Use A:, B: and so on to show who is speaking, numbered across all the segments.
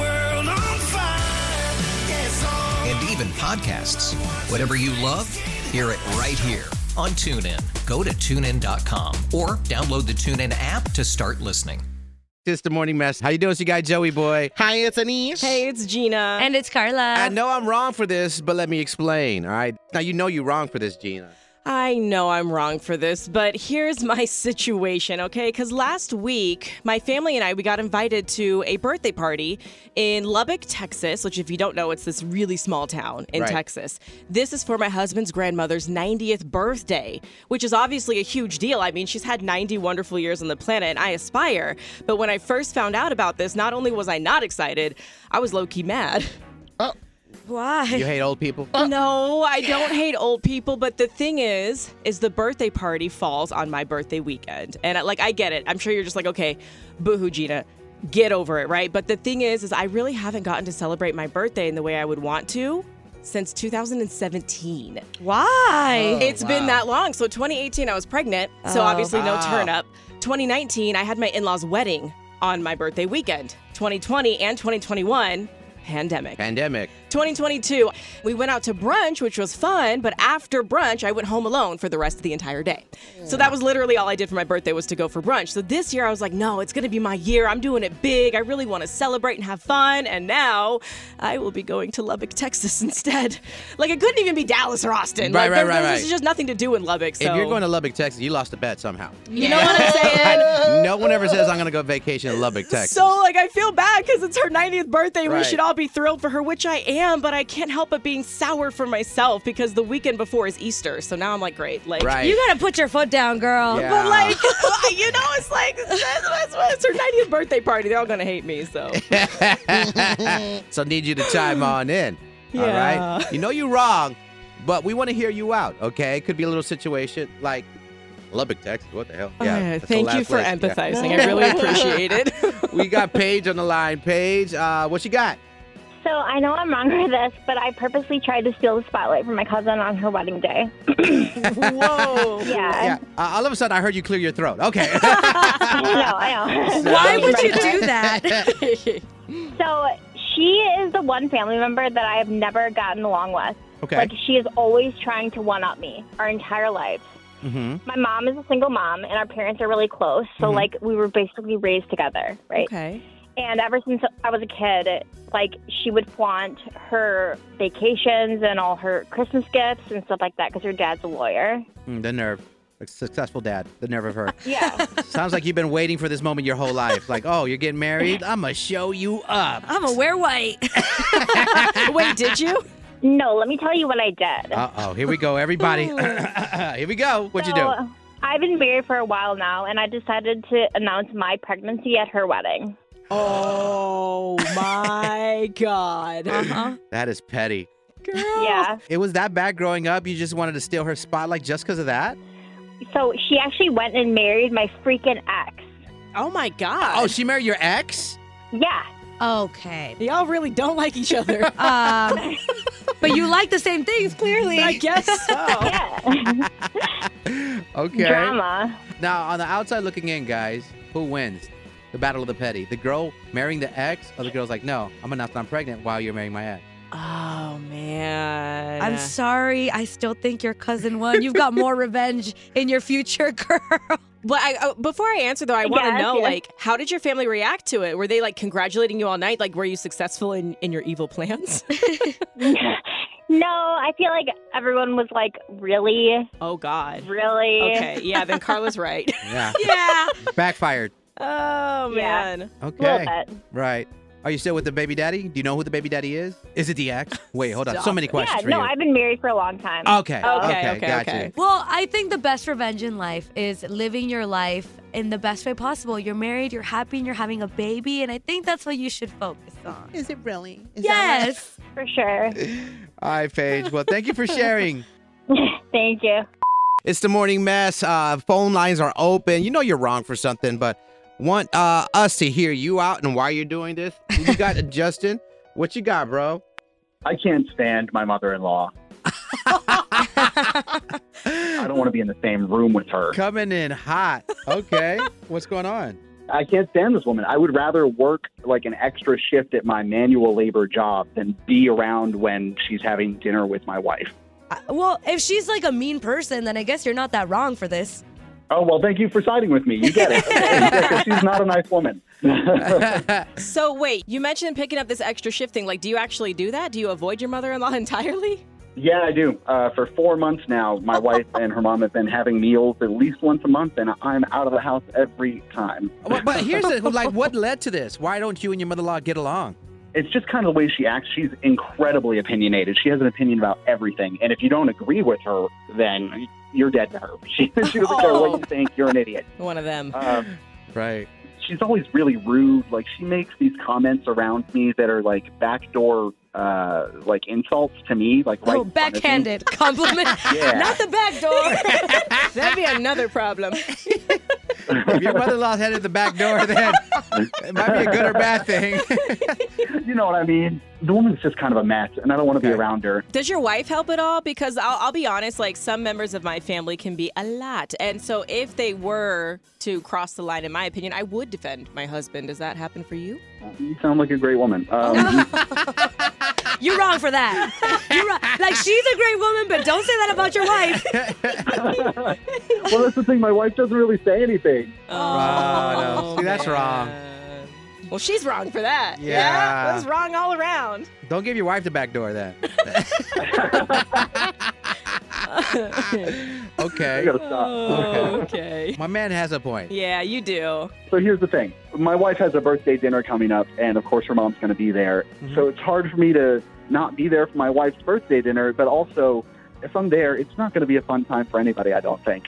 A: world on fire. Yes, oh,
B: and even podcasts. Whatever you love, hear it right here on TuneIn. Go to tunein.com or download the TuneIn app to start listening.
C: It's the morning mess. How you doing, so you guy Joey boy?
D: Hi, it's Anise.
E: Hey, it's Gina.
F: And it's Carla.
C: I know I'm wrong for this, but let me explain. All right. Now you know you're wrong for this, Gina.
E: I know I'm wrong for this, but here's my situation, okay? Because last week, my family and I, we got invited to a birthday party in Lubbock, Texas, which, if you don't know, it's this really small town in
C: Right.
E: Texas. This is for my husband's grandmother's 90th birthday, which is obviously a huge deal. I mean, she's had 90 wonderful years on the planet, and I aspire. But when I first found out about this, not only was I not excited, I was low key mad.
C: You
F: Why?
C: hate old people?
E: No, I don't hate old people, but the thing is, is the birthday party falls on my birthday weekend. And I, like I get it. I'm sure you're just like, okay, boohoo Gina, get over it, right? But the thing is, is I really haven't gotten to celebrate my birthday in the way I would want to since 2017.
F: Why?
E: It's been that long. So 2018 I was pregnant, so obviously no turn up. 2019 I had my in-laws wedding on my birthday weekend. 2020 and 2021 pandemic.
C: Pandemic.
E: 2022. We went out to brunch, which was fun, but after brunch, I went home alone for the rest of the entire day. So that was literally all I did for my birthday was to go for brunch. So this year, I was like, no, it's going to be my year. I'm doing it big. I really want to celebrate and have fun. And now I will be going to Lubbock, Texas instead. Like, it couldn't even be Dallas or Austin.
C: Right,
E: like,
C: right,
E: there-
C: right,
E: There's
C: right.
E: just nothing to do in Lubbock. So
C: If you're going to Lubbock, Texas, you lost a bet somehow.
E: you know what I'm saying?
C: no one ever says I'm gonna go vacation in Lubbock, Texas.
E: So like I feel bad because it's her 90th birthday. We
C: Right.
E: should all be thrilled for her, which I am, but I can't help but being sour for myself because the weekend before is Easter. So now I'm like, great, like.
C: right.
F: You gotta put your foot down, girl.
C: Yeah.
E: But like, you know, it's like that's, that's, that's her 90th birthday party. They're all gonna hate me. So
C: so I need you to chime on in. All
E: Yeah.
C: right. You know you're wrong, but we want to hear you out. Okay. It could be a little situation like Lubbock, Texas. What the hell?
E: Okay,
C: that's the
E: thank you
C: last
E: for
C: place. Yeah.
E: empathizing. I really appreciate it.
C: we got Paige on the line. Paige, uh, what you got?
G: So I know I'm wrong for this, but I purposely tried to steal the spotlight from my cousin on her wedding day.
E: Whoa.
G: Yeah.
C: Yeah. Uh, all of a sudden, I heard you clear your throat. Okay.
G: I know, I know.
F: Why would you do that?
G: So she is the one family member that I have never gotten along with.
C: okay.
G: Like she is always trying to one up me our entire lives.
C: mm-hmm.
G: My mom is a single mom and our parents are really close. So
C: Mhm.
G: like we were basically raised together, right?
E: Okay.
G: And ever since I was a kid, like she would flaunt her vacations and all her Christmas gifts and stuff like that because her dad's a lawyer.
C: Mm, the nerve. A successful dad. The nerve of her.
G: Yeah.
C: Sounds like you've been waiting for this moment your whole life. Like, oh, you're getting married? I'm going to show you up.
F: I'm a wear white.
E: Wait, did you?
G: No, let me tell you what I did.
C: Uh oh. Here we go, everybody. here we go. What'd you do?
G: So, uh, I've been married for a while now, and I decided to announce my pregnancy at her wedding.
E: Oh my God.
F: Uh-huh.
C: That is petty.
G: Yeah.
C: It was that bad growing up. You just wanted to steal her spotlight just because of that?
G: So she actually went and married my freaking ex.
E: Oh my God.
C: Oh, she married your ex?
G: Yeah.
F: Okay.
E: Y'all really don't like each other.
F: Um, but you like the same things, clearly.
E: I guess so.
G: Yeah.
C: Okay.
G: Drama.
C: Now, on the outside looking in, guys, who wins? The battle of the petty. The girl marrying the ex, or the girl's like, no, I'm announced I'm pregnant while you're marrying my ex.
E: Oh man.
F: I'm sorry. I still think your cousin won. You've got more revenge in your future, girl.
E: But I, uh, before I answer, though, I want to
G: Yes,
E: know,
G: yes.
E: like, how did your family react to it? Were they like congratulating you all night? Like, were you successful in in your evil plans?
G: no, No, I feel like everyone was like, really?
E: Oh God.
G: Really?
E: Okay. Yeah. Then Carla's right.
C: Yeah.
F: Yeah.
C: Backfired.
E: Oh
G: Yeah.
E: man.
G: A little
C: Okay.
G: bit.
C: Right. Are you still with the baby daddy? Do you know who the baby daddy is? Is it the ex? Wait, hold on. So many questions
G: yeah,
C: for
G: no,
C: you.
G: I've been married for a long time.
F: Oh.
C: Okay.
E: Okay, okay,
C: gotcha.
E: okay.
F: Well, I think the best revenge in life is living your life in the best way possible. You're married, you're happy, and you're having a baby, and I think that's what you should focus on. Is it really? yes.
G: For sure.
C: All right, Paige. Well, thank you for sharing.
G: Thank you.
C: It's the morning mess. Uh, phone lines are open. You know you're wrong for something, but want uh, us to hear you out and why you're doing this. You got Justin. What you got, bro?
D: I can't stand my mother-in-law. I don't want to be in the same room with her.
C: Coming in hot. Okay. What's going on?
D: I can't stand this woman. I would rather work like an extra shift at my manual labor job than be around when she's having dinner with my wife.
F: Uh, Well, if she's like a mean person, then I guess you're not that wrong for this.
D: Oh well, thank you for siding with me. You get it. Okay, so she's not a nice woman.
E: So wait, you mentioned picking up this extra shift thing. Like, do you actually do that? Do you avoid your mother-in-law entirely?
D: yeah, I do. Uh, for four months now, my wife and her mom have been having meals at least once a month, and I'm out of the house every time.
C: But, but here's the, like, what led to this? Why don't you and your mother-in-law get along?
D: it's just kind of the way she acts. She's incredibly opinionated. She has an opinion about everything. And if you don't agree with her, then you're dead to her. She, she doesn't care what you think. You're an idiot.
E: One of them.
D: Uh,
C: Right.
D: she's always really rude. Like, she makes these comments around me that are like backdoor, uh, like insults to me. Like, right
F: oh,
D: in front of me.
F: backhanded compliment.
D: Yeah.
E: Not the back door. That'd be another problem.
C: If your mother-in-law's headed the back door, then it might be a good or bad thing.
D: you know what I mean? The woman's just kind of a mess, and I don't want to
C: Okay.
D: be around her.
E: Does your wife help at all? Because I'll, I'll be honest, like some members of my family can be a lot. And so if they were to cross the line, in my opinion, I would defend my husband. Does that happen for you?
D: You sound like a great woman. Um,
F: You're wrong for that. You're wrong. Like she's a great woman, but don't say that about your wife.
D: well, that's the thing. My wife doesn't really say anything.
C: Oh, no. See, that's wrong.
E: man. Well, she's wrong for that.
C: Yeah.
E: That's wrong all around.
C: Don't give your wife the back door then.
D: I
C: okay.
D: gotta stop.
E: Oh. okay.
C: My man has a point.
E: Yeah, you do.
D: So here's the thing. My wife has a birthday dinner coming up, and of course, her mom's going to be there.
E: Mm-hmm.
D: So it's hard for me to not be there for my wife's birthday dinner, but also, if I'm there, it's not going to be a fun time for anybody, I don't think.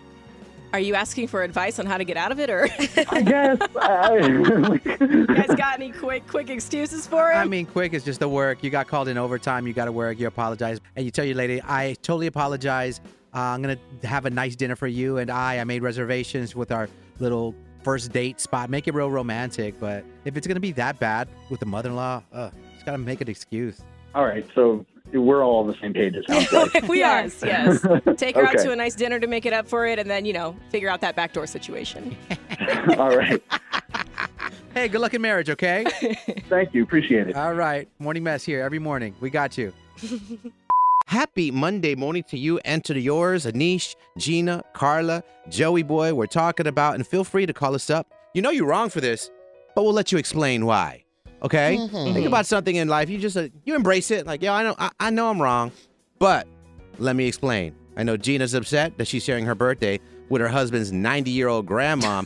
E: Are you asking for advice on how to get out of it, or you
D: I guess. I,
E: guys got any quick, quick excuses for it?
C: I mean, quick is just the work. You got called in overtime. You got to work. You apologize, and you tell your lady, "I totally apologize. Uh, I'm gonna have a nice dinner for you and I. I made reservations with our little first date spot. Make it real romantic. But if it's gonna be that bad with the mother-in-law, uh, just gotta make an excuse.
D: all right, so we're all on the same page, it sounds like.
E: we yes, are. Yes. Take her out
D: Okay.
E: to a nice dinner to make it up for it, and then you know, figure out that backdoor situation.
D: all right.
C: Hey, good luck in marriage. Okay.
D: Thank you. Appreciate it.
C: All right. Morning mess here every morning. We got you. Happy Monday morning to you and to yours, Anish, Gina, Carla, Joey Boy, we're talking about, and feel free to call us up. You know you're wrong for this, but we'll let you explain why. Okay? Think about something in life. You just uh, you embrace it. Like, yo, I know I, I know I'm wrong, but let me explain. I know Gina's upset that she's sharing her birthday with her husband's 90 year old grandma,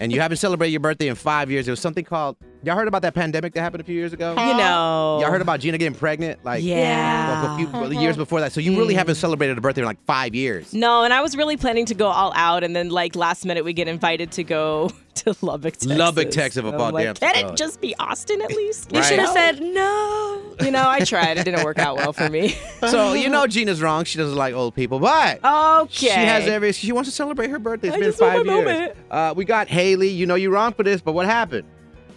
C: and you haven't celebrated your birthday in five years. It was something called y'all heard about that pandemic that happened a few years ago.
E: You know.
C: Y'all heard about Gina getting pregnant like
E: Yeah. Mm-hmm.
C: like, a few years before that. So you really haven't celebrated a birthday in like five years.
E: No, and I was really planning to go all out, and then like last minute we get invited to go to Lubbock, Texas.
C: Lubbock, Texas, of
E: And I'm
C: all
E: like,
C: damn
E: Can
C: spots.
E: it just be Austin at least?
F: You
C: Right.
F: should have said no.
E: You know, I tried. It didn't work out well for me.
C: So you know Gina's wrong. She doesn't like old people, but
E: okay.
C: she has every. She wants to celebrate her birthday. It's
E: I
C: been
E: just want
C: five
E: my
C: years.
E: moment.
C: Uh, we got Haley. You know you're wrong for this, but what happened?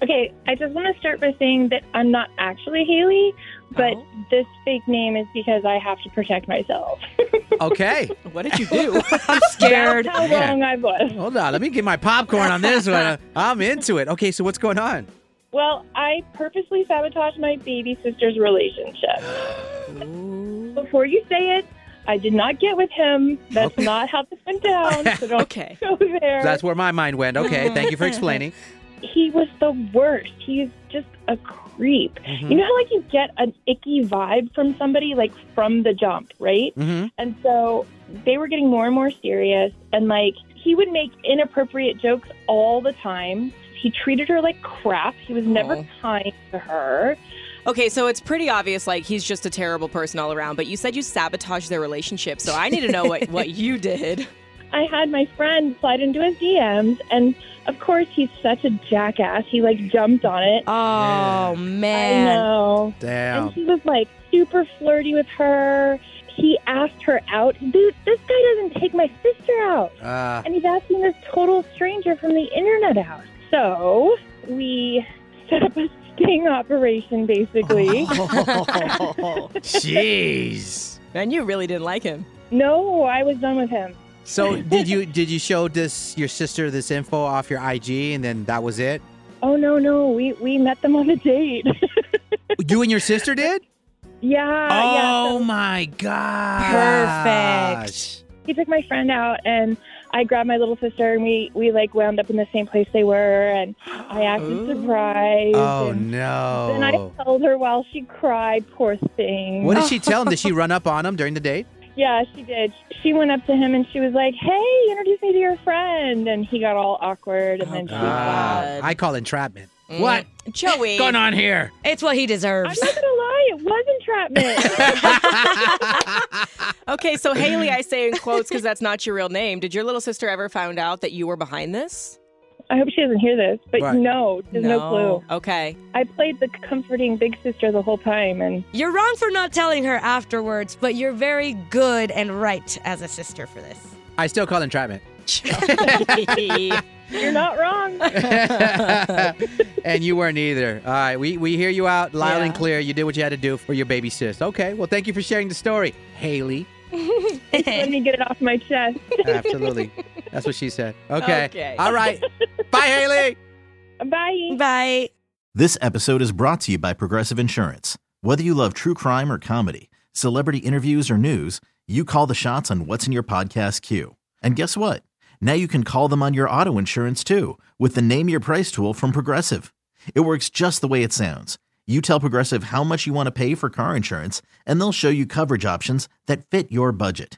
G: Okay, I just want to start by saying that I'm not actually Haley, but
E: Oh.
G: this fake name is because I have to protect myself.
C: Okay,
E: What did you do?
F: I'm scared.
G: How
C: Yeah.
G: long I was.
C: hold on. Let me get my popcorn on this one. I'm into it. Okay, so what's going on?
G: Well, I purposely sabotaged my baby sister's relationship. Before you say it, I did not get with him. That's not how this went down. So don't
E: okay.
G: go there.
C: That's where my mind went. Okay, thank you for explaining.
H: he was the worst. He's just a creep.
I: Mhm.
H: You know how like you get an icky vibe from somebody like from the jump, right?
I: Mhm.
H: And so they were getting more and more serious and like he would make inappropriate jokes all the time. He treated her like crap. He was never kind to her.
E: Okay, so it's pretty obvious, like, he's just a terrible person all around, but you said you sabotaged their relationship, so I need to know what, what you did.
H: I had my friend slide into his DMs, and of course, he's such a jackass. He like jumped on it.
F: Oh man!
H: I know.
C: Damn.
H: And he was like super flirty with her. He asked her out. Dude, this guy doesn't take my sister out,
C: Ah.
H: and he's asking this total stranger from the internet out. So we set up a sting operation, basically.
C: Uh, Jeez.
E: And you really didn't like him.
H: no, I was done with him.
C: So did you did you show this your sister this info off your IG and then that was it?
H: Oh no, no, we we met them on a date.
C: You and your sister did?
H: Uh, yeah. yeah,
C: oh
H: so-
C: my god.
H: Perfect. he took my friend out and I grabbed my little sister and we, we like wound up in the same place they were and I acted surprised.
C: Oh
H: and
C: no.
H: Then I held her while she cried, poor thing.
C: Oh. What did she tell him? Did she run up on him during the date?
H: yeah, she did. She went up to him and she was like, Hey, introduce me to your friend and he got all awkward and then she
C: Ah, I call entrapment. What?
E: Mm. Joey.
C: Going on here?
F: It's what he deserves.
H: I'm not gonna lie, it was entrapment.
E: Okay, so Haley, I say in quotes because that's not your real name. Did your little sister ever find out that you were behind this?
H: I hope she doesn't hear this, but
E: Right.
H: no, there's no. clue.
E: Okay.
H: I played the comforting big sister the whole time and
F: You're wrong for not telling her afterwards, but you're very good and right as a sister for this.
C: I still call entrapment.
H: you're not wrong.
C: and you weren't either. All right, we, we hear you out loud and clear. You did what you had to do for your baby sis. Okay, well, thank you for sharing the story, Haley.
H: Let me get it off my chest.
C: Absolutely. That's what she said. Okay.
H: Okay.
C: All right. Bye, Haley.
H: Bye.
F: Bye.
J: This episode is brought to you by Progressive Insurance. Whether you love true crime or comedy, celebrity interviews or news, you call the shots on what's in your podcast queue. And guess what? Now you can call them on your auto insurance too with the Name Your Price tool from Progressive. It works just the way it sounds. You tell Progressive how much you want to pay for car insurance, and they'll show you coverage options that fit your budget.